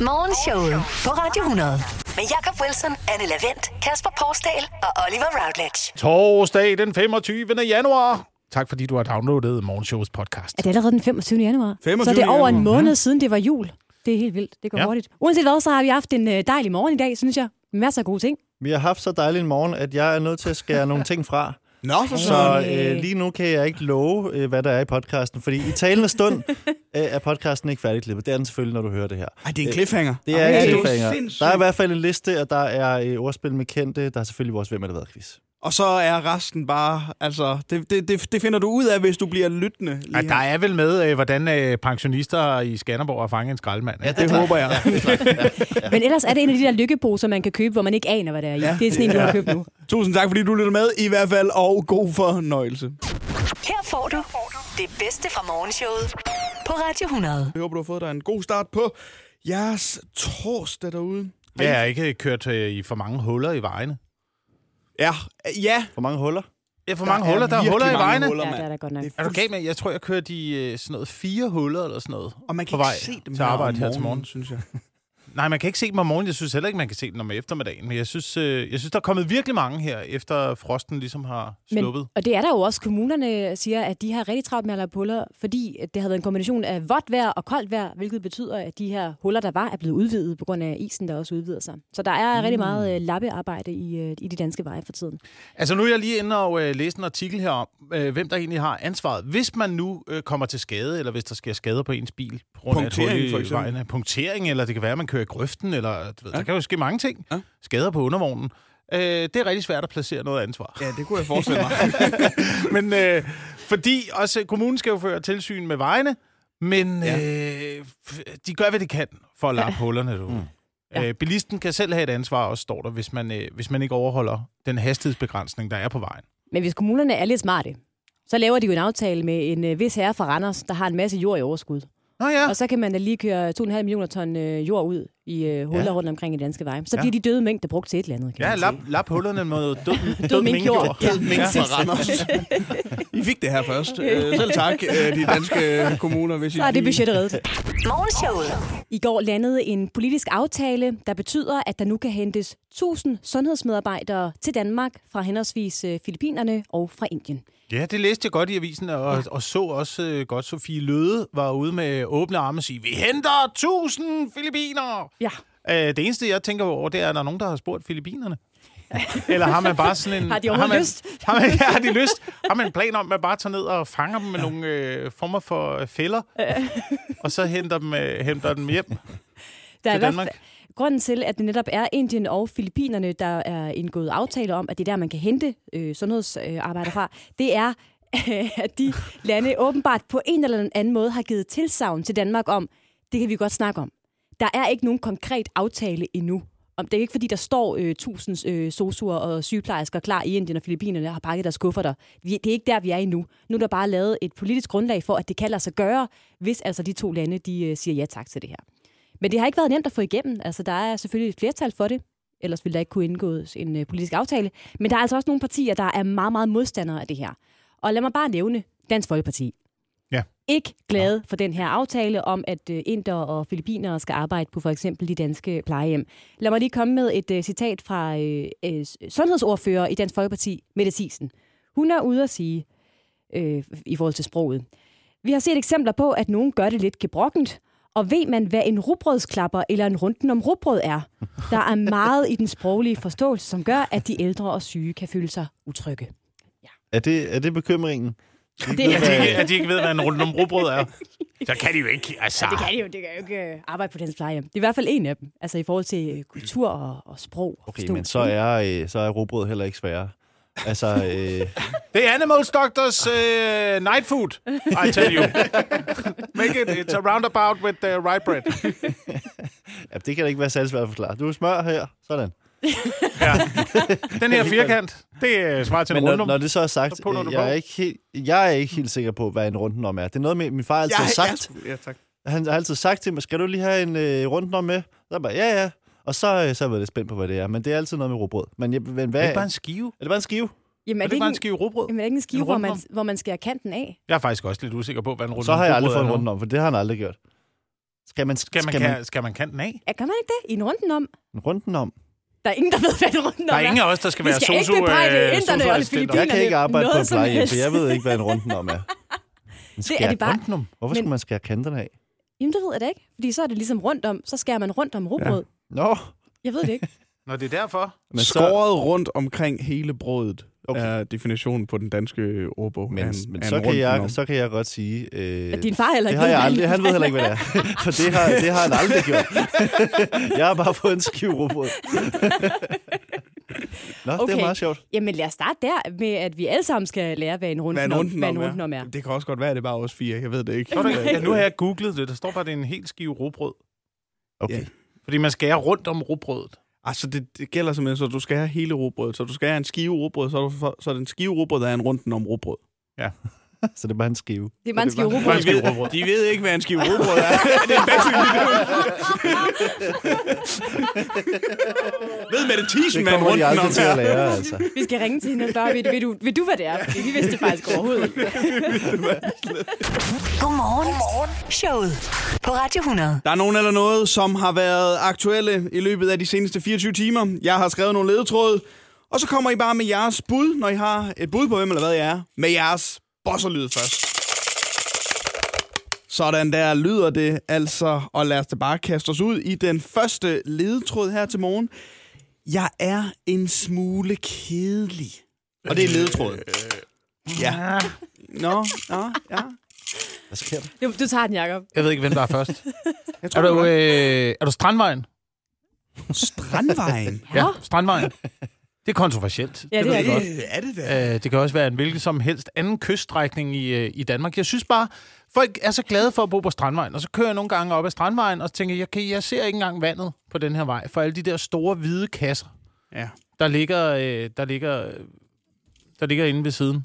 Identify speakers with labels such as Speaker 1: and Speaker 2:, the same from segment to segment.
Speaker 1: Morgenshowet på Radio 100. Med Jakob Wilson, Anne Lavendt, Kasper Porsdal og Oliver Routledge.
Speaker 2: Torsdag den 25. januar. Tak fordi du har downloadet Morgenshows podcast.
Speaker 3: Er det allerede den 25. januar?
Speaker 4: 25.
Speaker 3: Så det er over en
Speaker 4: januar.
Speaker 3: måned siden, det var jul. Det er helt vildt. Det går
Speaker 2: Ja.
Speaker 3: ja. hurtigt. Uanset hvad, så har vi haft en øh, dejlig morgen i dag, synes jeg. Masser af gode ting.
Speaker 5: Vi har haft så dejlig en morgen, at jeg er nødt til at skære nogle ting fra.
Speaker 4: Nå, for så.
Speaker 5: Så øh, lige nu kan jeg ikke love, øh, hvad der er i podcasten, fordi i talende stund øh, er podcasten ikke færdigklippet. Det er den selvfølgelig, når du hører det her. Øh,
Speaker 4: Ej, det er en cliffhanger.
Speaker 5: Det er
Speaker 4: Ej,
Speaker 5: ikke
Speaker 4: Øh, det er jo
Speaker 5: cliffhanger.
Speaker 4: sindssygt.
Speaker 5: Der er i hvert fald en liste, og der er øh, ordspil med kendte. Der er selvfølgelig vores Hvem er det været quiz.
Speaker 4: Og så er resten bare, altså, det, det, det, det finder du ud af, hvis du bliver lyttende. Lige
Speaker 2: Ja,
Speaker 4: her.
Speaker 2: der er vel med, øh, hvordan øh, pensionister i Skanderborg har fanget en skraldemand. ikke?
Speaker 4: det håber jeg.
Speaker 3: Men ellers er det en af de der lykkeposer, man kan købe, hvor man ikke aner, hvad det er i.
Speaker 4: Ja.
Speaker 3: Ja. Det er sådan en, du har købt nu.
Speaker 4: Tusind tak, fordi du lytter med i hvert fald, og god fornøjelse.
Speaker 1: Her får du det bedste fra Morgenshowet på Radio 100.
Speaker 4: Jeg håber, du har fået dig en god start på jeres torsdag derude.
Speaker 2: Jeg har ikke kørt øh, i for mange huller i vejene.
Speaker 4: Ja, ja.
Speaker 5: Hvor mange huller?
Speaker 2: Ja, for mange
Speaker 4: er
Speaker 2: huller. Der er
Speaker 4: virkelig
Speaker 2: huller i
Speaker 4: mange
Speaker 2: vejene.
Speaker 4: huller,
Speaker 3: Ja,
Speaker 4: mand.
Speaker 3: det er der godt nok.
Speaker 4: Det
Speaker 2: Er du galt med? Jeg tror, jeg kørte i øh, sådan noget fire huller eller sådan noget.
Speaker 4: Og man kan
Speaker 2: på
Speaker 4: ikke
Speaker 2: vej
Speaker 4: se dem
Speaker 2: til
Speaker 4: her om
Speaker 2: arbejde her til
Speaker 4: morgenen,
Speaker 2: morgen.
Speaker 4: synes jeg.
Speaker 2: Nej, man kan ikke se dem om morgenen. Jeg synes heller ikke, man kan se dem om eftermiddagen. Men jeg synes, øh, jeg synes der er kommet virkelig mange her, efter frosten ligesom har sluppet.
Speaker 3: Men, og det er der jo også. Kommunerne siger, at de har rigtig travlt med at lave huller, fordi at det har været en kombination af vådt vejr og koldt vejr, hvilket betyder, at de her huller, der var, er blevet udvidet på grund af isen, der også udvider sig. Så der er mm. rigtig meget øh, lappearbejde i, øh, i de danske veje for tiden.
Speaker 2: Altså nu er jeg lige inde og øh, læse en artikel her om, øh, hvem der egentlig har ansvaret. Hvis man nu øh, kommer til skade, eller hvis der sker skader på ens bil. På grund af et hul
Speaker 4: Punktering,
Speaker 2: i
Speaker 4: for eksempel.
Speaker 2: vejen. Punktering, eller det kan være, at man kører i grøften, eller du ved, ja. der kan jo ske mange ting. Ja.
Speaker 4: Ja.
Speaker 2: Skader på undervognen. Øh, det er rigtig svært at placere noget ansvar.
Speaker 4: Ja, det kunne jeg forestille mig.
Speaker 2: men øh, fordi også øh, kommunen skal jo føre tilsyn med vejene, men ja. øh, f- de gør, hvad de kan for at lappe hullerne derude. Mm.
Speaker 3: Ja.
Speaker 2: Øh, bilisten kan selv have et ansvar, også står der, hvis man, øh, hvis man ikke overholder den hastighedsbegrænsning, der er på vejen.
Speaker 3: Men hvis kommunerne er lidt smarte, så laver de jo en aftale med en øh, vis herre fra Randers, der har en masse jord i overskud.
Speaker 2: Nå ja.
Speaker 3: Og så kan man da lige køre 2,5 millioner ton øh, jord ud i øh, huller
Speaker 2: Ja.
Speaker 3: ja. rundt omkring i danske veje. Så
Speaker 2: Ja.
Speaker 3: bliver de døde mængder brugt til et eller andet. Kan
Speaker 2: Ja,
Speaker 3: man
Speaker 2: lap,
Speaker 3: sige.
Speaker 2: lap hullerne med noget død,
Speaker 3: Død
Speaker 2: død
Speaker 3: minkjord.
Speaker 2: minkjord.
Speaker 3: Ja.
Speaker 4: Mink fra Randers. I fik det her først. Øh, Selv tak, øh, de danske kommuner. Hvis I
Speaker 3: Så er det
Speaker 4: lige-
Speaker 3: budgettet reddet.
Speaker 1: Morgenshowet.
Speaker 3: I går landede en politisk aftale, der betyder, at der nu kan hentes 1000 sundhedsmedarbejdere til Danmark fra henholdsvis øh, Filippinerne og fra Indien.
Speaker 2: Ja, det læste jeg godt i avisen, og, ja. og så også øh, godt, Sofie Løde var ude med åbne arme og sige, vi henter 1000 filipiner!
Speaker 3: Ja.
Speaker 2: Øh, det eneste, jeg tænker over, det er, at der er nogen, der har spurgt filipinerne. Eller har man bare sådan en...
Speaker 3: Har de
Speaker 2: har man,
Speaker 3: overhovedet lyst?
Speaker 2: Har man, ja, har de lyst? Har man en plan om, at man bare tager ned og fanger dem med nogle øh, former for øh, fælder, og så henter dem, øh, henter dem hjem?
Speaker 3: Der er
Speaker 2: Til
Speaker 3: i hvert
Speaker 2: Danmark?
Speaker 3: fald- Grunden til, at det netop er Indien og Filippinerne, der er indgået aftaler om, at det er der, man kan hente øh, sundhedsarbejder fra, det er, at de lande åbenbart på en eller anden måde har givet tilsavn til Danmark om, det kan vi godt snakke om. Der er ikke nogen konkret aftale endnu. Om det er ikke fordi, der står øh, tusind øh, sosuer og sygeplejersker klar i Indien og Filippinerne og har pakket deres skuffer der. Vi, det er ikke der, vi er endnu. Nu er der bare lavet et politisk grundlag for, at det kan lade sig gøre, hvis altså de to lande de, øh, siger ja tak til det her. Men det har ikke været nemt at få igennem. Altså, der er selvfølgelig et flertal for det. Ellers ville der ikke kunne indgås en øh, politisk aftale. Men der er altså også nogle partier, der er meget, meget modstandere af det her. Og lad mig bare nævne Dansk Folkeparti.
Speaker 2: Ja.
Speaker 3: Ikke glade for den her aftale om, at øh, inder og filippinere skal arbejde på for eksempel de danske plejehjem. Lad mig lige komme med et øh, citat fra øh, øh, sundhedsordfører i Dansk Folkeparti, Mette Thiesen. Hun er ude at sige, øh, i forhold til sproget. Vi har set eksempler på, at nogen gør det lidt gebrokkent, og ved man, hvad en rugbrødsklapper eller en runden om rugbrød er? Der er meget i den sproglige forståelse, som gør, at de ældre og syge kan føle sig utrygge.
Speaker 5: Er det, er det bekymringen?
Speaker 3: Det er
Speaker 2: At de, ikke- at de ikke ved, hvad en rundt om rugbrød er. Så kan de jo ikke, altså.
Speaker 3: Det kan de jo, det kan jo ikke øh, arbejde på dansk plejehjem. Det er i hvert fald en af dem, altså i forhold til øh, kultur og, og sprog. og
Speaker 5: Okay,
Speaker 3: forståelse.
Speaker 5: men så er, øh, så er robrød heller ikke sværere. Altså, øh,
Speaker 2: Det er Animals Doctors uh, night food, I tell you. Make it, it's a roundabout with the right bread.
Speaker 5: ja, det kan da ikke være særlig svært at forklare. Du er smør her, sådan.
Speaker 2: Den her firkant, det uh, svarer til
Speaker 5: Men
Speaker 2: en
Speaker 5: når,
Speaker 2: rundum.
Speaker 5: når det så er sagt,
Speaker 2: Så putter du
Speaker 5: øh,
Speaker 2: på.
Speaker 5: jeg er, ikke helt, jeg er ikke helt sikker på, hvad en runden om er. Det er noget, min min far altid
Speaker 4: Ja,
Speaker 5: har sagt.
Speaker 4: Ja, ja, tak.
Speaker 5: Han har altid sagt til mig, skal du lige have en øh, runden om med? Så er jeg bare, ja, ja. Og så, øh, så har jeg været lidt spændt på, hvad det er. Men det er altid noget med robrød. Men, jeg, men hvad,
Speaker 2: Det er ikke bare en skive.
Speaker 5: er det bare en skive?
Speaker 3: Jamen,
Speaker 2: Er
Speaker 3: er
Speaker 2: det
Speaker 3: det
Speaker 2: ikke bare en
Speaker 3: ikke en,
Speaker 2: skive rugbrød?
Speaker 3: jamen, er det ikke en skive,
Speaker 2: En
Speaker 3: hvor man,
Speaker 2: rundtom?
Speaker 3: hvor man skærer kanten af?
Speaker 2: Jeg er faktisk også lidt usikker på, hvad en rundt
Speaker 5: Så har jeg aldrig fået en
Speaker 2: rundt
Speaker 5: runden om, for det har han aldrig gjort. Skal man,
Speaker 2: Skal man,
Speaker 5: skal man
Speaker 2: kan, skal man kan den af?
Speaker 3: Ja, kan man ikke det? I en runden om?
Speaker 5: rundt den om?
Speaker 3: Der er ingen, der ved, hvad en runden
Speaker 2: Der
Speaker 3: om
Speaker 2: er ingen af os, der skal
Speaker 3: Vi
Speaker 2: være
Speaker 3: skal ikke
Speaker 2: sosu,
Speaker 3: bebrejde
Speaker 2: øh,
Speaker 3: inderne og
Speaker 2: sosu-assistenter.
Speaker 3: Filippinerne.
Speaker 5: Jeg kan ikke arbejde på
Speaker 3: noget
Speaker 5: et
Speaker 3: som
Speaker 5: plejehjem,
Speaker 3: helst.
Speaker 5: så jeg ved ikke, hvad en rundt den om er. Men
Speaker 3: Det er det bare...
Speaker 5: Rundt om? Hvorfor skulle
Speaker 3: Men-
Speaker 5: man skære kanterne af?
Speaker 3: Jamen, det ved jeg da ikke. Fordi så er det ligesom rundt om. Så skærer man rundt om rugbrød. Ja.
Speaker 5: Nå,
Speaker 3: Jeg ved det ikke.
Speaker 2: Nå, det er derfor.
Speaker 5: men så-
Speaker 4: Skåret rundt omkring hele brødet
Speaker 5: Okay.
Speaker 4: okay. er definitionen på den danske ordbog. af
Speaker 5: Men,
Speaker 4: en-
Speaker 5: men
Speaker 4: af en
Speaker 5: så, kan
Speaker 4: rundt
Speaker 5: jeg,
Speaker 4: nom.
Speaker 5: så kan jeg godt sige... Øh,
Speaker 3: At din far heller
Speaker 5: det
Speaker 3: ikke
Speaker 5: har
Speaker 3: ved, hvad
Speaker 5: jeg
Speaker 3: en-
Speaker 5: aldrig, han ved heller ikke, hvad det er. For det har, det har han aldrig gjort. jeg har bare fået en skive robot. Nå, okay. det
Speaker 3: Okay.
Speaker 5: er meget sjovt.
Speaker 3: Jamen, lad os starte der med, at vi alle sammen skal lære, hvad en
Speaker 4: Hvad
Speaker 3: runden
Speaker 4: en
Speaker 3: om,
Speaker 4: runden
Speaker 3: hvad en runden
Speaker 4: om
Speaker 3: om
Speaker 4: er.
Speaker 3: er.
Speaker 4: Det kan også godt være, at det er bare os fire. Jeg ved det ikke.
Speaker 2: Nå, det, ja, nu har jeg googlet det. Der står bare, at det er en helt skive robrød.
Speaker 5: Okay.
Speaker 4: Ja.
Speaker 2: Fordi man skærer rundt om robrødet.
Speaker 4: Altså, det, det gælder simpelthen, så du skal have hele rugbrødet. Så du skal have en skive rugbrød, så, er du for, så er den skive rugbrød, der er en runden om rugbrød.
Speaker 5: Så det er bare en skive.
Speaker 3: Det er bare en skive rugbrød.
Speaker 2: Man
Speaker 4: De
Speaker 2: skive
Speaker 4: ved,
Speaker 2: rugbrød.
Speaker 4: de ved ikke, hvad en skive rugbrød er. det er bedst, Ved med det tisen,
Speaker 5: Det
Speaker 4: man
Speaker 5: kommer de
Speaker 4: runden om
Speaker 5: aldrig til at
Speaker 4: her.
Speaker 5: lære, altså.
Speaker 3: Vi skal ringe til hende og spørge, ved, ved, du, ved du, hvad det er? Fordi vi vidste det faktisk overhovedet ikke.
Speaker 1: Godmorgen. Godmorgen. Showet på Radio 100.
Speaker 4: Der er nogen eller noget, som har været aktuelle i løbet af de seneste 24 timer. Jeg har skrevet nogle ledetråde, og så kommer I bare med jeres bud, når I har et bud på, hvem eller hvad jeg er, med jeres bosserlyd først. Sådan der lyder det altså, og lad os da bare kaste os ud i den første ledetråd her til morgen. Jeg er en smule kedelig. Og det er ledetråd. Ja. Nå, nå, ja.
Speaker 5: Hvad sker der?
Speaker 3: Du, du tager den, Jacob.
Speaker 2: Jeg ved ikke, hvem der er først.
Speaker 4: Jeg tror,
Speaker 2: er,
Speaker 4: det
Speaker 2: du,
Speaker 4: var
Speaker 2: øh, er du Strandvejen?
Speaker 4: Strandvejen.
Speaker 3: Ja.
Speaker 2: Strandvejen. Det er kontroversielt.
Speaker 3: Ja, det
Speaker 2: ved
Speaker 3: er
Speaker 2: jeg
Speaker 3: det.
Speaker 2: godt.
Speaker 4: Øh, er det da?
Speaker 2: Øh, det kan også være en hvilken som helst anden kyststrækning i, øh, i Danmark. Jeg synes bare, folk er så glade for at bo på Strandvejen, og så kører jeg nogle gange op ad Strandvejen, og så tænker jeg, okay, jeg ser ikke engang vandet på den her vej, for alle de der store hvide kasser,
Speaker 4: Ja.
Speaker 2: der ligger, øh, der ligger, øh, der ligger inde ved siden.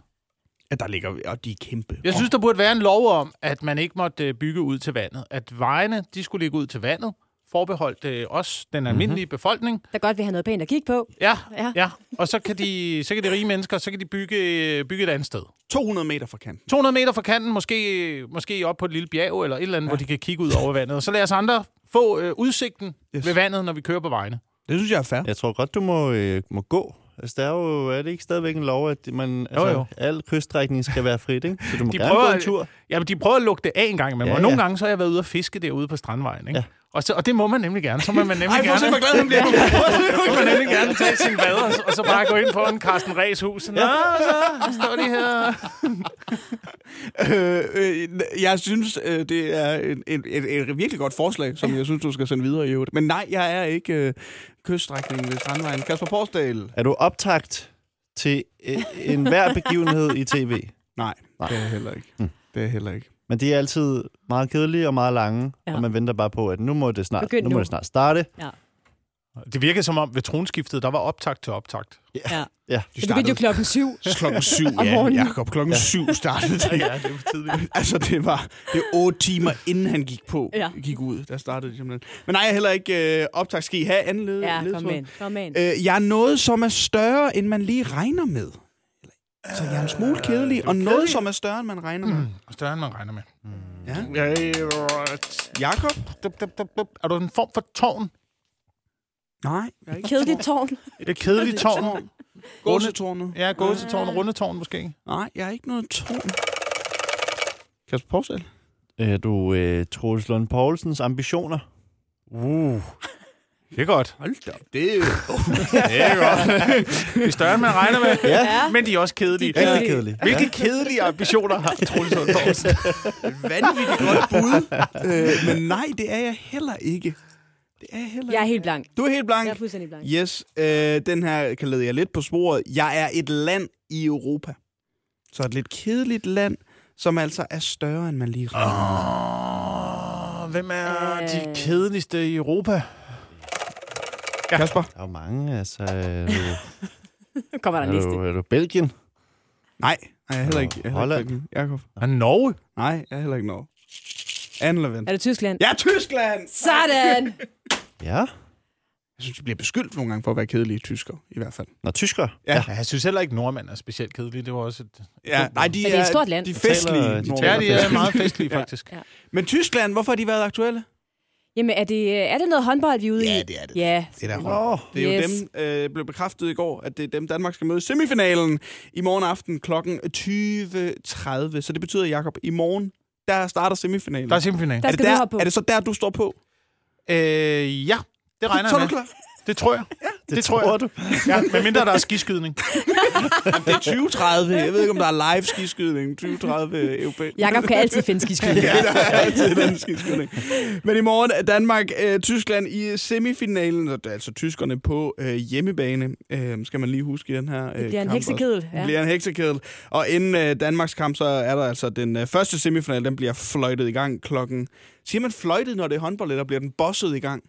Speaker 4: Ja, der ligger, og de er kæmpe.
Speaker 2: Jeg synes, der burde være en lov om, at man ikke måtte øh, bygge ud til vandet. At vejene, de skulle ligge ud til vandet, forbeholdt øh, os,
Speaker 3: Mhm.
Speaker 2: den almindelige mm-hmm. befolkning.
Speaker 3: Der godt, vi har noget pænt at kigge på.
Speaker 2: Ja,
Speaker 3: Ja.
Speaker 2: ja. ja. Og så kan, de, så kan de rige mennesker, så kan de bygge, bygge et andet sted.
Speaker 4: 200 meter fra kanten.
Speaker 2: 200 meter fra kanten, måske, måske op på et lille bjerg eller et eller andet, ja. hvor de kan kigge ud over vandet. Og så lad os andre få øh, udsigten yes.
Speaker 4: Yes.
Speaker 2: ved vandet, når vi kører på vejene.
Speaker 4: Det synes jeg er fair.
Speaker 5: Jeg tror godt, du må, øh, må gå. Altså, der er jo, er det ikke stadigvæk en lov, at man, altså,
Speaker 2: jo.
Speaker 5: al kyststrækning skal være frit, ikke? Så du må
Speaker 2: De
Speaker 5: gerne
Speaker 2: prøver-
Speaker 5: gå en tur.
Speaker 2: Jamen, de prøver at lukke det af en gang imellem,
Speaker 5: Ja,
Speaker 2: ja, og nogle
Speaker 5: ja.
Speaker 2: gange så har jeg været ude og fiske derude på Strandvejen. Ikke?
Speaker 5: Ja.
Speaker 2: Ja. Og, så, og det må man nemlig gerne. Så må man nemlig
Speaker 4: Ej, prøv at se,
Speaker 2: gerne,
Speaker 4: hvor glad han bliver.
Speaker 2: så må man nemlig gerne tage sin bad, og, og så bare gå ind foran Carsten Ræs hus. Nå, Ah, så står de her.
Speaker 4: øh, øh, jeg synes, øh, det er et, et, et, et virkelig godt forslag, som jeg synes, du skal sende videre i øvrigt. Men nej, jeg er ikke øh, kyststrækningen ved Strandvejen. Kasper Porsdal?
Speaker 5: Er du optagt til øh, enhver begivenhed i tv?
Speaker 4: Nej, nej, det er jeg heller ikke. Mm. Det er jeg heller ikke.
Speaker 5: Men de er altid meget kedelige og meget lange,
Speaker 3: Ja.
Speaker 5: ja. og man venter bare på, at nu må det snart,
Speaker 3: Begynd
Speaker 5: nu. Må
Speaker 3: nu.
Speaker 5: det snart starte.
Speaker 2: Det virkede som om, ved tronskiftet, der var optakt til optakt.
Speaker 3: Ja.
Speaker 5: Ja.
Speaker 3: Det begyndte jo klokken syv.
Speaker 4: Klokken syv,
Speaker 3: Om morgenen.
Speaker 4: Jacob. Klokken ja. syv startede det.
Speaker 2: Ja, det er for tidligt.
Speaker 4: Altså, det var det var otte timer, inden han gik på,
Speaker 3: Ja.
Speaker 4: ja. gik ud. Der startede det simpelthen. Men nej, jeg er heller ikke øh, optagt. Skal I have anden led?
Speaker 3: Ja,
Speaker 4: ledtråd?
Speaker 3: kom ind. Kom ind.
Speaker 4: Øh, jeg er noget, som er større, end man lige regner med. Så jeg er en smule kedelig, og noget, som er større, end man regner med.
Speaker 2: Større end man regner med.
Speaker 4: Mm. Ja.
Speaker 2: Ja, øh,
Speaker 4: Jakob?
Speaker 2: Dup, dup, dup, dup. Er du en form for tårn?
Speaker 4: Nej, jeg er ikke.
Speaker 3: Kedeligt tårn.
Speaker 2: Et kedeligt tårn?
Speaker 4: Gåsetårnet?
Speaker 2: Ja, gåsetårn, rundetårn måske.
Speaker 4: Nej, jeg er ikke noget tårn. Kasper Porsdal?
Speaker 5: Er du øh, Troels Lund Poulsens ambitioner?
Speaker 2: Uh. Det er godt.
Speaker 4: Hold da op. Det er jo...
Speaker 2: Det er godt. det er større, end man regner med.
Speaker 3: Ja.
Speaker 2: Men de er også kedelige.
Speaker 3: De er
Speaker 5: Rigtig
Speaker 3: Kedelig.
Speaker 5: kedelig.
Speaker 2: Hvilke kedelige ambitioner har Troels Lund Poulsen?
Speaker 4: vanvittigt godt bud. øh, men nej, det er jeg heller ikke. Det er jeg heller
Speaker 3: Jeg
Speaker 4: ikke.
Speaker 3: er helt blank.
Speaker 4: Du er helt
Speaker 3: Jeg
Speaker 4: blank.
Speaker 3: er fuldstændig blank.
Speaker 4: Yes, øh, den her kan lede jer lidt på sporet. Jeg er et land i Europa. Så et lidt kedeligt land, som altså er større, end man lige regner. Oh.
Speaker 2: Åh, Hvem er
Speaker 3: Øh.
Speaker 2: de kedeligste i Europa?
Speaker 4: Kasper?
Speaker 5: Der er jo mange, altså. Er du,
Speaker 3: Nu kommer der en
Speaker 5: er
Speaker 3: liste.
Speaker 5: du, er du Belgien?
Speaker 4: Nej, nej, jeg er heller ikke. Jeg er heller
Speaker 5: Holland?
Speaker 4: ikke Belgien. Jakob?
Speaker 2: Er Norge?
Speaker 4: Nej, jeg er heller ikke Norge. Anne Levent.
Speaker 3: Er det Tyskland?
Speaker 4: Jeg er Tyskland!
Speaker 3: Sådan!
Speaker 5: Ja.
Speaker 4: Jeg synes, de bliver beskyldt nogle gange for at være kedelige tyskere, i hvert fald.
Speaker 5: Nå, tysker.
Speaker 4: Ja.
Speaker 2: Ja, jeg synes heller ikke, nordmænd er specielt kedelige. Det var også et...
Speaker 4: Ja, nej, de
Speaker 3: Men det er et stort land.
Speaker 4: De er
Speaker 5: De taler-
Speaker 4: festlige.
Speaker 5: de
Speaker 4: Norge.
Speaker 5: taler
Speaker 2: Ja, de er meget festlige, faktisk.
Speaker 4: Men Tyskland, hvorfor har de været aktuelle?
Speaker 3: Jamen, er det, er det noget håndbold, vi er ude i?
Speaker 4: Ja, det er det.
Speaker 3: Ja.
Speaker 4: Det er,
Speaker 5: Nå.
Speaker 4: Nå, det er
Speaker 3: Yes.
Speaker 4: jo dem, øh, blev bekræftet i går, at det er dem, Danmark skal møde i semifinalen i morgen aften kl. 20.30. Så det betyder, Jakob, i morgen, der starter semifinalen.
Speaker 2: Der er semifinalen.
Speaker 3: Der
Speaker 4: er, det
Speaker 3: skal du
Speaker 4: der,
Speaker 3: hoppe på.
Speaker 4: er det så der, du står på?
Speaker 2: Øh, ja, det regner
Speaker 4: så
Speaker 2: jeg
Speaker 4: er du
Speaker 2: med.
Speaker 4: klar.
Speaker 2: Det tror jeg.
Speaker 5: Det,
Speaker 2: Det tror jeg.
Speaker 5: du.
Speaker 2: Ja, medmindre der er skiskydning.
Speaker 4: Det er 2030. Jeg ved ikke, om der er live skiskydning. 2030 europæisk.
Speaker 3: Jakob kan altid finde skiskydning.
Speaker 4: Ja, der er altid den skiskydning. Men i morgen er Danmark, øh, Tyskland i semifinalen, og det er altså tyskerne på øh, hjemmebane, øh, skal man lige huske i den her øh,
Speaker 3: Det bliver en
Speaker 4: kamp også.
Speaker 3: heksekedel.
Speaker 4: Det bliver en heksekedel. Og inden øh, Danmarks kamp, så er der altså den øh, første semifinal, den bliver fløjtet i gang klokken... Siger man fløjtet, når det er håndbold, eller bliver den bosset i gang?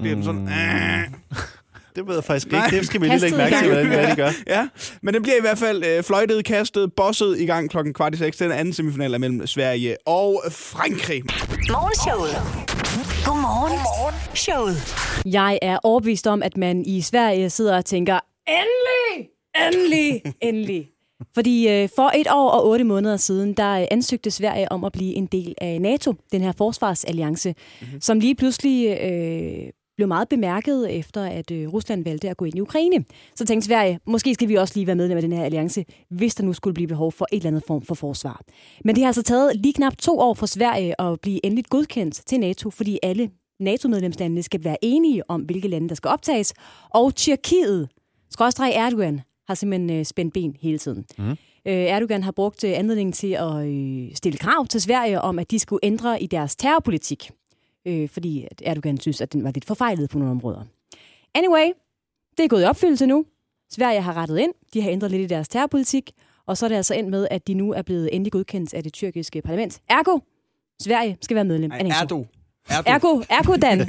Speaker 4: Bliver den sådan... "Ah."
Speaker 5: Mm, Det ved jeg faktisk
Speaker 4: Nej.
Speaker 5: ikke. Det skal vi lige
Speaker 3: Kastet
Speaker 5: lægge mærke
Speaker 3: i
Speaker 5: til,
Speaker 3: gang.
Speaker 5: hvordan, hvad de gør.
Speaker 4: Ja, men den bliver i hvert fald øh, fløjtet, kastet, bosset i gang klokken kvart i seks. Den anden semifinal er mellem Sverige og Frankrig.
Speaker 1: Morgenshowet. Godmorgen. Godmorgen. Showet.
Speaker 3: Jeg er overbevist om, at man i Sverige sidder og tænker, endelig, endelig, endelig. Fordi øh, for et år og otte måneder siden, der øh, ansøgte Sverige om at blive en del af NATO, den her forsvarsalliance, mm-hmm. som lige pludselig øh, blev meget bemærket efter, at øh, Rusland valgte at gå ind i Ukraine. Så tænkte Sverige, måske skal vi også lige være medlem af den her alliance, hvis der nu skulle blive behov for et eller andet form for forsvar. Men det har altså taget lige knap to år for Sverige at blive endeligt godkendt til NATO, fordi alle NATO-medlemslandene skal være enige om, hvilke lande, der skal optages. Og Tyrkiet, skråstreg Erdogan, har simpelthen øh, spændt ben hele tiden. Mm. Erdogan har brugt øh, anledningen til at øh, stille krav til Sverige om, at de skulle ændre i deres terrorpolitik. Øh, fordi at Erdogan synes, at den var lidt forfejlet på nogle områder. Anyway, det er gået i opfyldelse nu. Sverige har rettet ind, de har ændret lidt i deres terrorpolitik, og så er det altså endt med, at de nu er blevet endelig godkendt af det tyrkiske parlament. Ergo, Sverige skal være medlem af NATO.
Speaker 4: Erdo. Erdo.
Speaker 3: Ergo, Erdogan.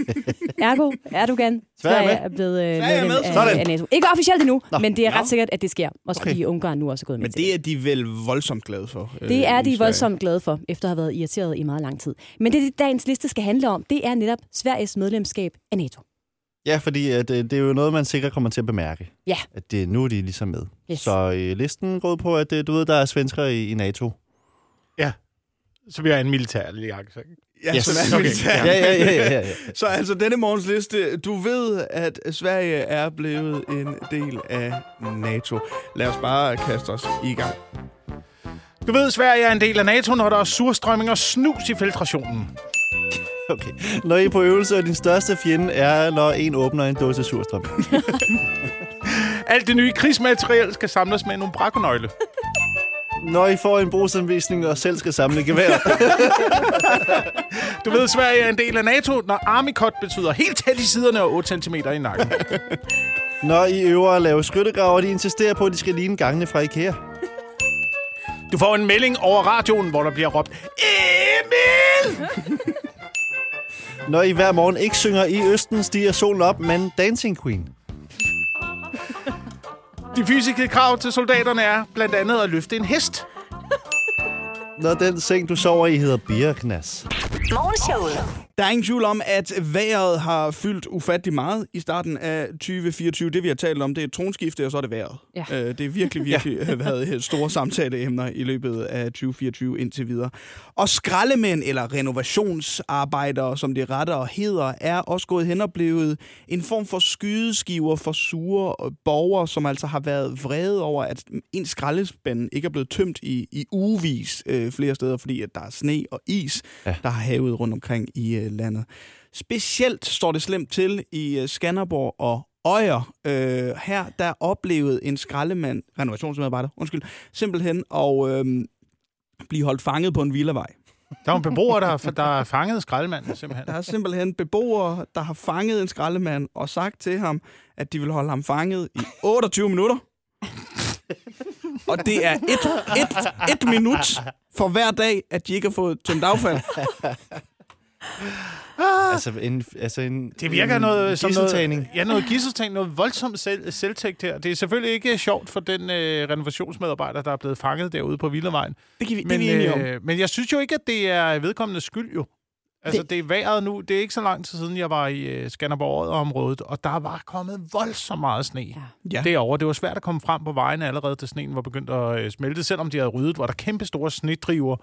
Speaker 3: Ergo, Erdogan. Sverige
Speaker 5: med.
Speaker 3: er blevet øh,
Speaker 4: Sverige er
Speaker 3: medlem
Speaker 4: med.
Speaker 3: af,
Speaker 5: Sådan.
Speaker 3: af NATO. Ikke officielt endnu, Nå. men det er
Speaker 4: Nå.
Speaker 3: ret sikkert, at det sker. Også
Speaker 4: Okay.
Speaker 3: fordi Ungarn nu også er gået med
Speaker 4: Men
Speaker 3: til
Speaker 4: det er de vel voldsomt glade for. øh,
Speaker 3: det er de
Speaker 4: i Sverige.
Speaker 3: voldsomt glade for, efter at have været irriteret i meget lang tid. Men det, det dagens liste skal handle om, det er netop Sveriges medlemskab af NATO.
Speaker 5: Ja, fordi at, øh, det er jo noget, man sikkert kommer til at bemærke.
Speaker 3: Ja.
Speaker 5: At det, nu er de ligesom med.
Speaker 3: Yes.
Speaker 5: Så øh, listen går ud på, at øh, du ved, der er svensker i, i NATO.
Speaker 2: Så bliver jeg en militær alliance.
Speaker 4: Ja, yes. sådan er
Speaker 2: Okay.
Speaker 4: det.
Speaker 5: Ja, ja, ja. ja, ja.
Speaker 4: Så altså denne morgens liste. Du ved, at Sverige er blevet en del af NATO. Lad os bare kaste os i gang.
Speaker 2: Du ved, Sverige er en del af NATO, når der er surstrømming og snus i filtrationen.
Speaker 5: Okay. Når I er på øvelse, og din største fjende er, når en åbner en dåse surstrøm.
Speaker 2: Alt det nye krigsmateriel skal samles med en umbrakonøgle.
Speaker 5: Når I får en brugsanvisning og selv skal samle gevær.
Speaker 2: Du ved, Sverige er en del af NATO, når Army Cut betyder helt tæt i siderne og 8 cm i nakken.
Speaker 5: Når I øver at lave skyttegrave, og de insisterer på, at de skal ligne gangene fra IKEA.
Speaker 2: Du får en melding over radioen, hvor der bliver råbt, Emil!
Speaker 5: Når I hver morgen ikke synger i Østen, stiger solen op, men Dancing Queen.
Speaker 2: De fysiske krav til soldaterne er blandt andet at løfte en hest.
Speaker 5: Når den seng, du sover i, hedder Birknas.
Speaker 1: Morgenshowet.
Speaker 4: Der er ingen tvivl om, at vejret har fyldt ufattelig meget i starten af 2024. Det, vi har talt om, det er tronskifte, og så er det vejret.
Speaker 3: Ja.
Speaker 4: Øh, det er virkelig, virkelig øh, ja. været store samtaleemner i løbet af 2024 indtil videre. Og skraldemænd, eller renovationsarbejdere, som det rettere hedder, er også gået hen og blevet en form for skydeskiver for sure øh, borgere, som altså har været vrede over, at en skraldespand ikke er blevet tømt i, i ugevis øh, flere steder, fordi at der er sne og is, ja. der har havet rundt omkring i øh, landet. Specielt står det slemt til i øh, Skanderborg og Øjer. Øh, her der oplevede en skraldemand, renovationsmedarbejder, undskyld, simpelthen at øh, blive holdt fanget på en villavej.
Speaker 2: Der er en beboer, der, der har fanget skraldemanden, simpelthen.
Speaker 4: Der er simpelthen beboere, der har fanget en skraldemand og sagt til ham, at de vil holde ham fanget i 28 minutter. Og det er et, et, et minut for hver dag, at de ikke har fået tømt affald.
Speaker 5: Altså en... Altså en
Speaker 2: Det virker
Speaker 4: Øhm,
Speaker 5: en
Speaker 2: noget, som noget,
Speaker 5: gidseltagning.
Speaker 2: ja, noget gisseltagning, noget voldsomt selv, selvtægt her. Det er selvfølgelig ikke sjovt for den øh, renovationsmedarbejder, der er blevet fanget derude på Villavejen.
Speaker 4: Det kan vi, det er
Speaker 2: Men,
Speaker 4: vi enige om.
Speaker 2: øh, men jeg synes jo ikke, at det er vedkommendes skyld jo. Altså, det... det er vejret nu. Det er ikke så lang tid siden, jeg var i øh, Skanderborg-området, og der var kommet voldsomt meget sne ja.
Speaker 4: Ja.
Speaker 2: derovre. Det var svært at komme frem på vejene allerede, da sneen var begyndt at øh, smelte, selvom de havde ryddet, var der kæmpe store snedriver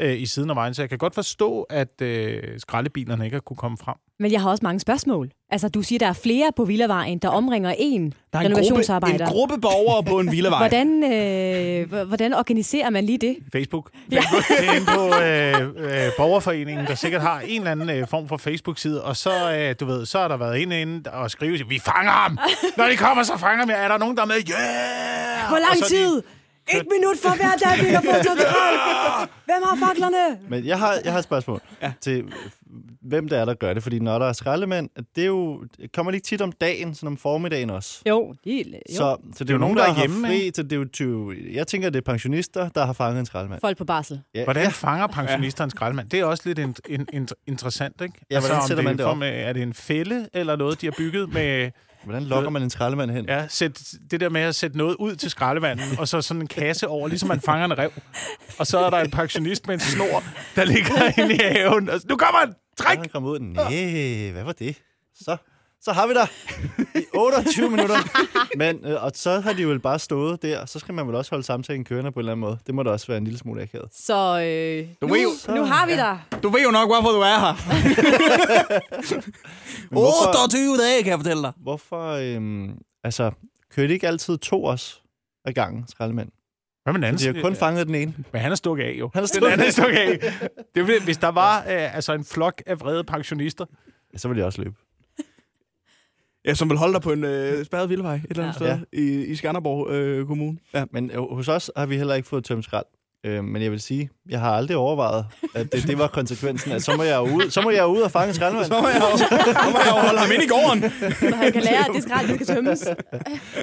Speaker 2: øh, i siden af vejen, så jeg kan godt forstå, at øh, skraldebilerne ikke har kunne komme frem.
Speaker 3: Men jeg har også mange spørgsmål. Altså, du siger, der er flere på Villavejen, der omringer en
Speaker 4: Der er en gruppe,
Speaker 3: renovationsarbejder.
Speaker 4: en gruppe borgere på en villavej.
Speaker 3: Hvordan, øh, h- hvordan organiserer man lige det?
Speaker 2: Facebook. Facebook. Det er inde på øh, øh, borgerforeningen, der sikkert har en eller anden øh, form for Facebook-side, og så, øh, du ved, så har der været en inde og skrives, vi fanger ham! Når de kommer, så fanger vi ham. Er der nogen, der er med? Yeah!
Speaker 3: Hvor lang
Speaker 2: Og så er de-
Speaker 3: tid? Et minut for hver dag, vi har fået Hvem har faklerne?
Speaker 5: Men jeg har, jeg har et spørgsmål ja. til, øh, hvem det er, der gør det. Fordi når der er skraldemænd, det er jo, det kommer lige tit om dagen, sådan om formiddagen også.
Speaker 3: Jo, helt, jo.
Speaker 5: Så, så det, er jo nogen, der, er hjemme, fri, så det er jo 20, Jeg tænker, det er pensionister, der har fanget en skraldemand.
Speaker 3: folk på barsel.
Speaker 5: Ja,
Speaker 2: Hvordan fanger pensionisteren skraldemand? Det er også lidt en, en, en, interessant, ikke? Altså,
Speaker 5: Ja, hvordan
Speaker 2: om
Speaker 5: sætter man
Speaker 2: er
Speaker 5: det
Speaker 2: en
Speaker 5: op?
Speaker 2: form af- Er det en fælde eller noget, de har bygget med...
Speaker 5: Hvordan lokker man en skraldemand hen?
Speaker 2: Ja, sæt, det der med at sætte noget ud til skraldemanden, og så sådan en kasse over, ligesom man fanger en rev. Og så er der en pensionist med en snor, der ligger inde i haven. Og, så, nu kommer han! Træk!
Speaker 5: Træk! Han kom ud. Næh, hvad var det? Så, så har vi dig i 28 minutter. Men, øh, og så har de jo bare stået der. Så skal man vel også holde samtalen kørende på en eller anden måde. Det må da også være en lille smule akavet.
Speaker 3: Så øh,
Speaker 4: Du
Speaker 3: nu,
Speaker 4: ved
Speaker 3: nu har vi dig.
Speaker 4: Du ved jo nok, hvorfor du er her.
Speaker 5: hvorfor-
Speaker 4: 28 dage, kan jeg fortælle dig.
Speaker 5: Hvorfor, øhm, altså, kører de ikke altid to os ad gangen, skraldemænd?
Speaker 2: Hvad med den
Speaker 5: De har jo
Speaker 2: anden?
Speaker 5: kun fanget den ene.
Speaker 2: Men han er stukket af, jo.
Speaker 5: Han er
Speaker 2: Den
Speaker 5: stukket
Speaker 2: anden er
Speaker 5: af.
Speaker 2: stukket af. Det er, fordi, hvis der var øh, altså en flok af vrede pensionister,
Speaker 5: Ja, så vil jeg også løbe.
Speaker 4: Ja, som vil holde dig på en øh, spærret vildvej et eller andet
Speaker 5: Ja.
Speaker 4: sted i, i Skanderborg øh, Kommune. Ja.
Speaker 5: Men øh, hos os har vi heller ikke fået tømt skrald. Øh, men jeg vil sige, jeg har aldrig overvejet, at det, det var konsekvensen. At så må jeg jo ud, så må jeg jo ud og fange en skraldemand.
Speaker 4: Så må jeg jo- så må jeg jo holde ham ind i gården.
Speaker 3: Når han kan lære, at det skrald, det skal tømmes.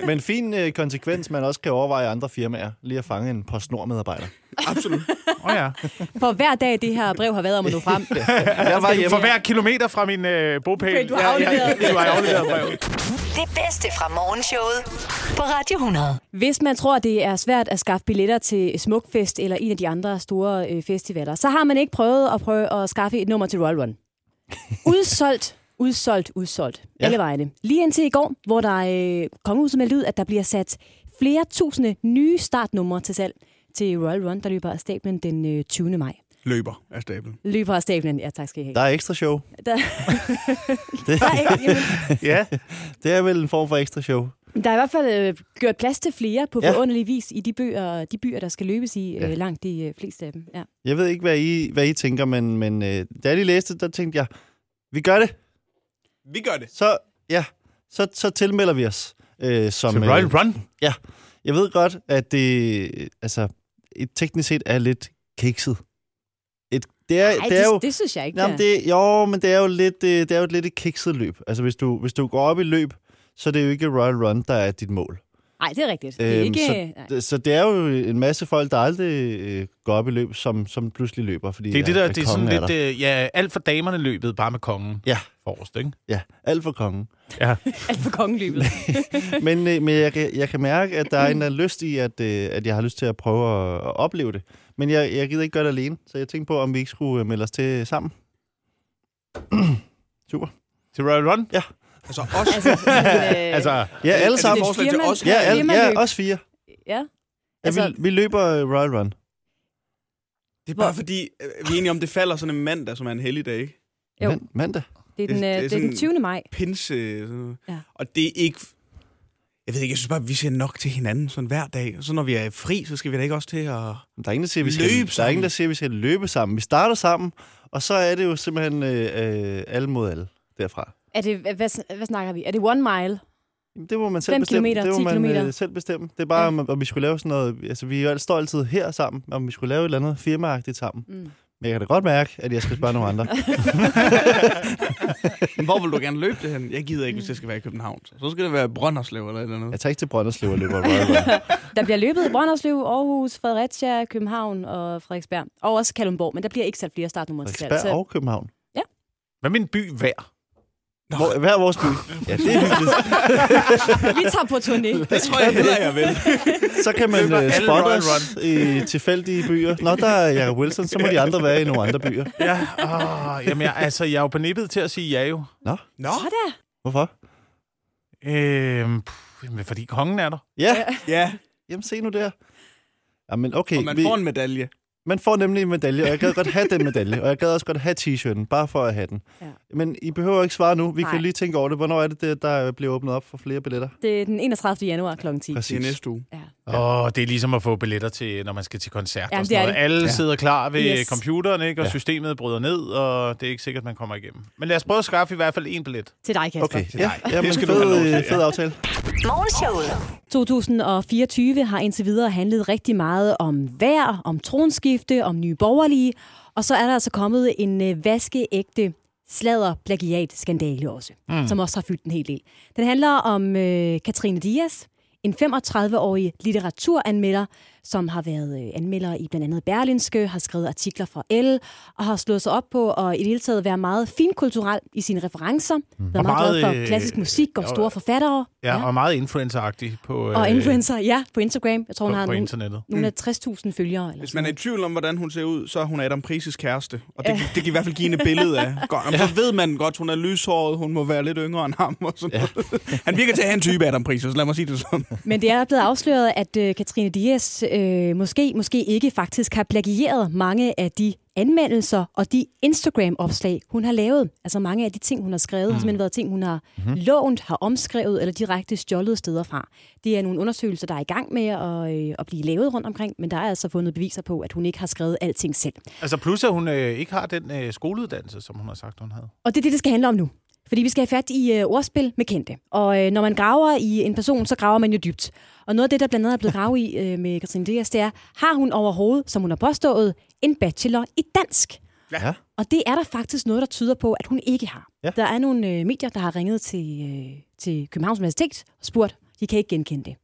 Speaker 5: Men fin øh, konsekvens, man også kan overveje i andre firmaer. Lige at fange en postnordmedarbejder.
Speaker 4: Absolut.
Speaker 2: åh oh, ja.
Speaker 3: For hver dag, det her brev har været om at nå frem.
Speaker 5: Jeg var hjemme.
Speaker 2: for hver kilometer fra min øh, bogpæl,
Speaker 3: Okay, du har afleveret.
Speaker 2: du har afleveret brevet.
Speaker 1: Det bedste fra morgenshowet på Radio 100.
Speaker 3: Hvis man tror, det er svært at skaffe billetter til Smukfest eller en af de andre store øh, festivaler, så har man ikke prøvet at prøve at skaffe et nummer til Royal Run. Udsolgt, udsolgt, udsolgt. Ja.
Speaker 5: Ja.
Speaker 3: Alle vejene. Lige indtil i går, hvor der øh, kongehuset meldte ud, at der bliver sat flere tusinde nye startnumre til salg til Royal Run, der løber af stablen den øh, 20. maj.
Speaker 4: Løber af stablen.
Speaker 3: Løber af stablen, ja tak skal I have.
Speaker 5: Der er ekstra show.
Speaker 3: Der,
Speaker 5: Det,
Speaker 3: der, er, ikke- jamen,
Speaker 5: ja, det er vel en form for ekstra show.
Speaker 3: Der er i hvert fald øh, gjort plads til flere på
Speaker 5: Ja.
Speaker 3: forunderlig vis i de byer, de byer der skal løbes i, øh,
Speaker 5: Ja.
Speaker 3: langt de øh, fleste af dem. Ja.
Speaker 5: Jeg ved ikke, hvad I, hvad I tænker, men, men øh, da jeg lige læste, det, der tænkte jeg, vi gør det.
Speaker 4: Vi gør det.
Speaker 5: Så, ja, så, så tilmelder vi os. Øh, som,
Speaker 2: Til Royal Run.
Speaker 5: jeg ved godt, at det øh, altså, et teknisk set er lidt kikset. Et, det er,
Speaker 3: Ej,
Speaker 5: det er jo,
Speaker 3: det synes jeg ikke. øh.
Speaker 5: Jamen,
Speaker 3: det...
Speaker 5: det, jo, men det er jo lidt, øh, det er jo et lidt et kikset løb. Altså, hvis du, hvis du går op i løb, så er det jo ikke Royal Run, der er dit mål.
Speaker 3: Ej, det er rigtigt. det er
Speaker 5: Øhm,
Speaker 3: ikke... øh,
Speaker 5: så,
Speaker 3: nej.
Speaker 5: d- så det er jo en masse folk, der aldrig øh, går op i løb, som, som pludselig løber, fordi
Speaker 2: Det er det der,
Speaker 5: at
Speaker 2: det er
Speaker 5: kongen
Speaker 2: sådan
Speaker 5: der.
Speaker 2: lidt, øh, ja, alt for damerne løbet, bare med kongen
Speaker 5: Ja,
Speaker 2: forrest, ikke?
Speaker 5: ja, alt for kongen.
Speaker 2: Ja.
Speaker 3: Alt for kongeløbet.
Speaker 5: Men, øh, men jeg, kan- jeg kan mærke, at der er en øh, lyst i, at, øh, at jeg har lyst til at prøve at, at opleve det. Men jeg, jeg gider ikke gøre det alene, så jeg tænkte på, om vi ikke skulle øh, melde os til sammen. Super.
Speaker 2: Til Royal Run?
Speaker 5: Ja,
Speaker 4: Altså også.
Speaker 3: altså, sådan, øh,
Speaker 2: Altså,
Speaker 5: ja alle
Speaker 4: er det
Speaker 5: sammen.
Speaker 4: et forslag til
Speaker 3: firma-
Speaker 4: os?
Speaker 5: Ja, alle, ja,
Speaker 3: firmaløb.
Speaker 5: os fire.
Speaker 3: ja.
Speaker 5: Ja,
Speaker 3: Altså,
Speaker 5: vi, vi løber øh, Royal Run.
Speaker 4: Det er bare fordi, øh, vi er enige om, det falder sådan en mandag, som er en heldig dag, ikke?
Speaker 3: Jo.
Speaker 5: Mand, mandag.
Speaker 3: det er den,
Speaker 4: det
Speaker 3: øh,
Speaker 4: er
Speaker 3: det er den
Speaker 4: sådan-
Speaker 3: 20. maj.
Speaker 4: Pinse. øh, Sådan noget.
Speaker 3: Ja.
Speaker 4: Og det er ikke... Jeg ved ikke, jeg synes bare, at vi siger nok til hinanden sådan hver dag. Og så når vi er fri, så skal vi da ikke også til at...
Speaker 5: Der er ingen, der siger, vi skal,
Speaker 4: Løb
Speaker 5: der er
Speaker 4: sammen.
Speaker 5: ingen, der siger, vi skal løbe sammen. Vi starter sammen, og så er det jo simpelthen øh, øh, alle mod alle derfra.
Speaker 3: Er det, hvad, hvad snakker vi? Er det one mile?
Speaker 5: Jamen, Det må man selv
Speaker 3: Fem
Speaker 5: bestemme.
Speaker 3: kilometer,
Speaker 5: det må
Speaker 3: ti
Speaker 5: man øh,
Speaker 3: kilometer.
Speaker 5: selv bestemme. Det er bare,
Speaker 3: Ja.
Speaker 5: om, om vi skulle lave sådan noget... Altså, vi er jo alt- står altid her sammen, om vi skulle lave et eller andet firmaagtigt sammen.
Speaker 3: Mm.
Speaker 5: Men jeg kan da godt mærke, at jeg skal spørge nogle andre.
Speaker 4: Hvor vil du gerne løbe det hen? Jeg gider ikke, hvis jeg skal være i København. Så skal det være Brønderslev eller et eller andet.
Speaker 5: Jeg tager ikke til Brønderslev og løber. Royal Run.
Speaker 3: Der bliver løbet i Brønderslev, Aarhus, Fredericia, København og Frederiksberg. Og også Kalundborg, men der bliver ikke sat flere startnumre til salg.
Speaker 5: Frederiksberg
Speaker 3: Så
Speaker 5: og København.
Speaker 2: hvad med en by hver?
Speaker 5: Hvor, hver vores by. Ja, det er hyggeligt.
Speaker 3: vi tager på turné.
Speaker 4: Det tror jeg heller, jeg vil.
Speaker 5: Så kan man
Speaker 2: Løber
Speaker 5: uh,
Speaker 2: alle
Speaker 5: spotte
Speaker 2: Royal
Speaker 5: os i tilfældige byer. Nå, der er Jacob Wilson, så må de andre være i nogle andre byer.
Speaker 2: Ja, åh, jamen, jeg, altså, jeg er jo på nippet til at sige ja jo.
Speaker 4: Nå,
Speaker 5: Hvorfor?
Speaker 2: Øhm, pff, men fordi kongen er der.
Speaker 5: Ja,
Speaker 4: ja.
Speaker 5: jamen se nu der. Jamen okay,
Speaker 4: Og man
Speaker 5: vi,
Speaker 4: får en medalje.
Speaker 5: Man får nemlig en medalje, og jeg gad godt have den medalje, og jeg gad også godt have t-shirten, bare for at have den.
Speaker 3: Ja.
Speaker 5: Ja. Men I behøver ikke svare nu. Vi Nej.
Speaker 3: Nej.
Speaker 5: kan lige tænke over det. Hvornår er det, det, der bliver åbnet op for flere billetter?
Speaker 3: Det er den 31. januar kl. 10.
Speaker 4: Det er næste uge.
Speaker 3: Ja.
Speaker 2: Åh, oh, det er ligesom at få billetter til, når man skal til koncert
Speaker 3: Jamen,
Speaker 2: og
Speaker 3: det er
Speaker 2: sådan noget. Alle
Speaker 5: Ja.
Speaker 2: ja. sidder klar ved
Speaker 3: Yes.
Speaker 2: yes. computeren, ikke? og ja.
Speaker 5: Ja.
Speaker 2: systemet bryder ned, og det er ikke sikkert, man kommer igennem. Men lad os prøve at skaffe i hvert fald en billet.
Speaker 3: Til dig, Kasper.
Speaker 5: Okay, ja, ja men
Speaker 2: Det skal du
Speaker 5: fed,
Speaker 2: have lov til,
Speaker 5: øh, fed aftale.
Speaker 1: Morgenshowet.
Speaker 3: 2024 har indtil videre handlet rigtig meget om vejr, om tronskifte, om nye borgerlige, og så er der altså kommet en øh, vaskeægte sladder plagiat skandale også, mm. som også har fyldt en hel del. Den handler om øh, Katrine Dias, en 35-årig litteraturanmelder, som har været øh, anmelder i blandt andet Berlinske, har skrevet artikler for Elle, og har slået sig op på at i det hele taget være meget finkulturel i sine referencer, mm. været
Speaker 2: Og
Speaker 3: meget, glad
Speaker 2: meget,
Speaker 3: for
Speaker 2: øh,
Speaker 3: klassisk musik og
Speaker 2: jo,
Speaker 3: store forfattere.
Speaker 2: Ja, ja. og meget influenceragtig på,
Speaker 3: Og
Speaker 2: øh,
Speaker 3: influencer, ja, på Instagram. Jeg tror, hun
Speaker 2: på,
Speaker 3: har
Speaker 2: på
Speaker 3: nogle,
Speaker 2: internettet. Altså.
Speaker 3: nogle af 60.000 følgere. Eller
Speaker 4: Hvis
Speaker 3: sådan
Speaker 4: man er i
Speaker 3: noget.
Speaker 4: tvivl om, hvordan hun ser ud, så er hun Adam Prises kæreste. Og det, det kan i hvert fald give hende et billede af. Godt, ja. Så ved man godt, hun er lyshåret, hun må være lidt yngre end ham. Og sådan ja. Han virker til at have en type Adam Prises, lad mig sige det sådan.
Speaker 3: Men det er blevet afsløret, at øh, Katrine Dias øh, måske, måske ikke faktisk har plagieret mange af de anmeldelser og de Instagram-opslag, hun har lavet. Altså mange af de ting, hun har skrevet, mm. har simpelthen været ting, hun har
Speaker 2: Mhm.
Speaker 3: mm-hmm. lånt, har omskrevet eller direkte stjålet steder fra. Det er nogle undersøgelser, der er i gang med at, øh, at blive lavet rundt omkring, men der er altså fundet beviser på, at hun ikke har skrevet alting selv.
Speaker 2: Altså plus, at hun øh, ikke har den øh, skoleuddannelse, som hun har sagt, hun havde.
Speaker 3: Og det er det, det skal handle om nu. Fordi vi skal have fat i øh, ordspil med kendte. Og øh, når man graver i en person, så graver man jo dybt. Og noget af det, der blandt andet er blevet gravet i øh, med Katrine Dias, det er, har hun overhovedet, som hun har påstået, en bachelor i dansk?
Speaker 5: Ja.
Speaker 3: Og det er der faktisk noget, der tyder på, at hun ikke har.
Speaker 5: Ja.
Speaker 3: Der er nogle øh, medier, der har ringet til, øh, til Københavns Universitet og spurgt, de kan ikke genkende det.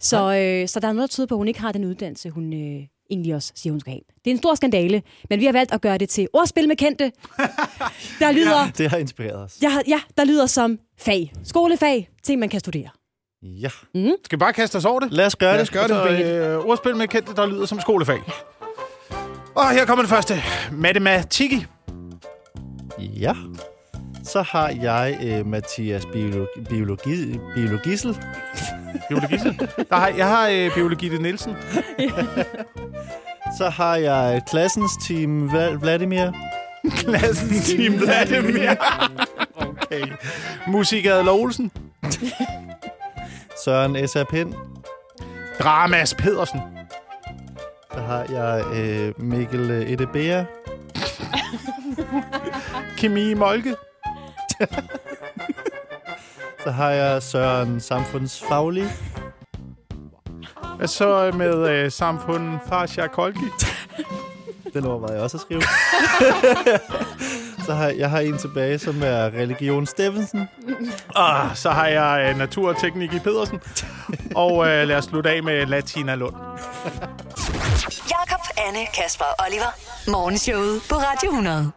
Speaker 3: Så, øh, så der er noget, der tyder på, at hun ikke har den uddannelse, hun øh, egentlig også siger, hun skal have. Det er en stor skandale, men vi har valgt at gøre det til ordspil med kendte. Der lyder... Ja.
Speaker 5: Det har inspireret os.
Speaker 3: Ja, ja, der lyder som fag. Skolefag, ting man kan studere.
Speaker 5: Ja.
Speaker 2: Skal vi bare kaste os over det?
Speaker 5: Lad os gøre
Speaker 2: Lad
Speaker 5: det.
Speaker 2: os gøre det. Øh, ordspil med kendte, der lyder som skolefag. Og her kommer den første. Matematik.
Speaker 5: Ja. Så har jeg øh, Mathias Biologi, Biologi, Biologisel.
Speaker 2: Biologi. Der har, jeg har øh, biologi det Nielsen.
Speaker 5: Så har jeg klassens team Vla- Vladimir.
Speaker 2: Klassens Team Vladimir. okay. Musik Adler Olsen.
Speaker 5: Søren S.A. Pind.
Speaker 2: Dramas Pedersen.
Speaker 5: Så har jeg øh, Mikkel øh, Edebea.
Speaker 2: Kemi Molke.
Speaker 5: Så har jeg Søren Samfundsfaglig.
Speaker 2: Hvad så med øh, samfundet Farsha Kolki?
Speaker 5: Den overvejede jeg også at skrive. så har jeg, jeg har en tilbage, som er Religion Steffensen.
Speaker 2: Og så har jeg øh, Natur og Teknik i Pedersen. Og øh, lad os slutte af med Latina Lund.
Speaker 1: Jakob, Anne, Kasper og Oliver. Morgenshowet på Radio 100.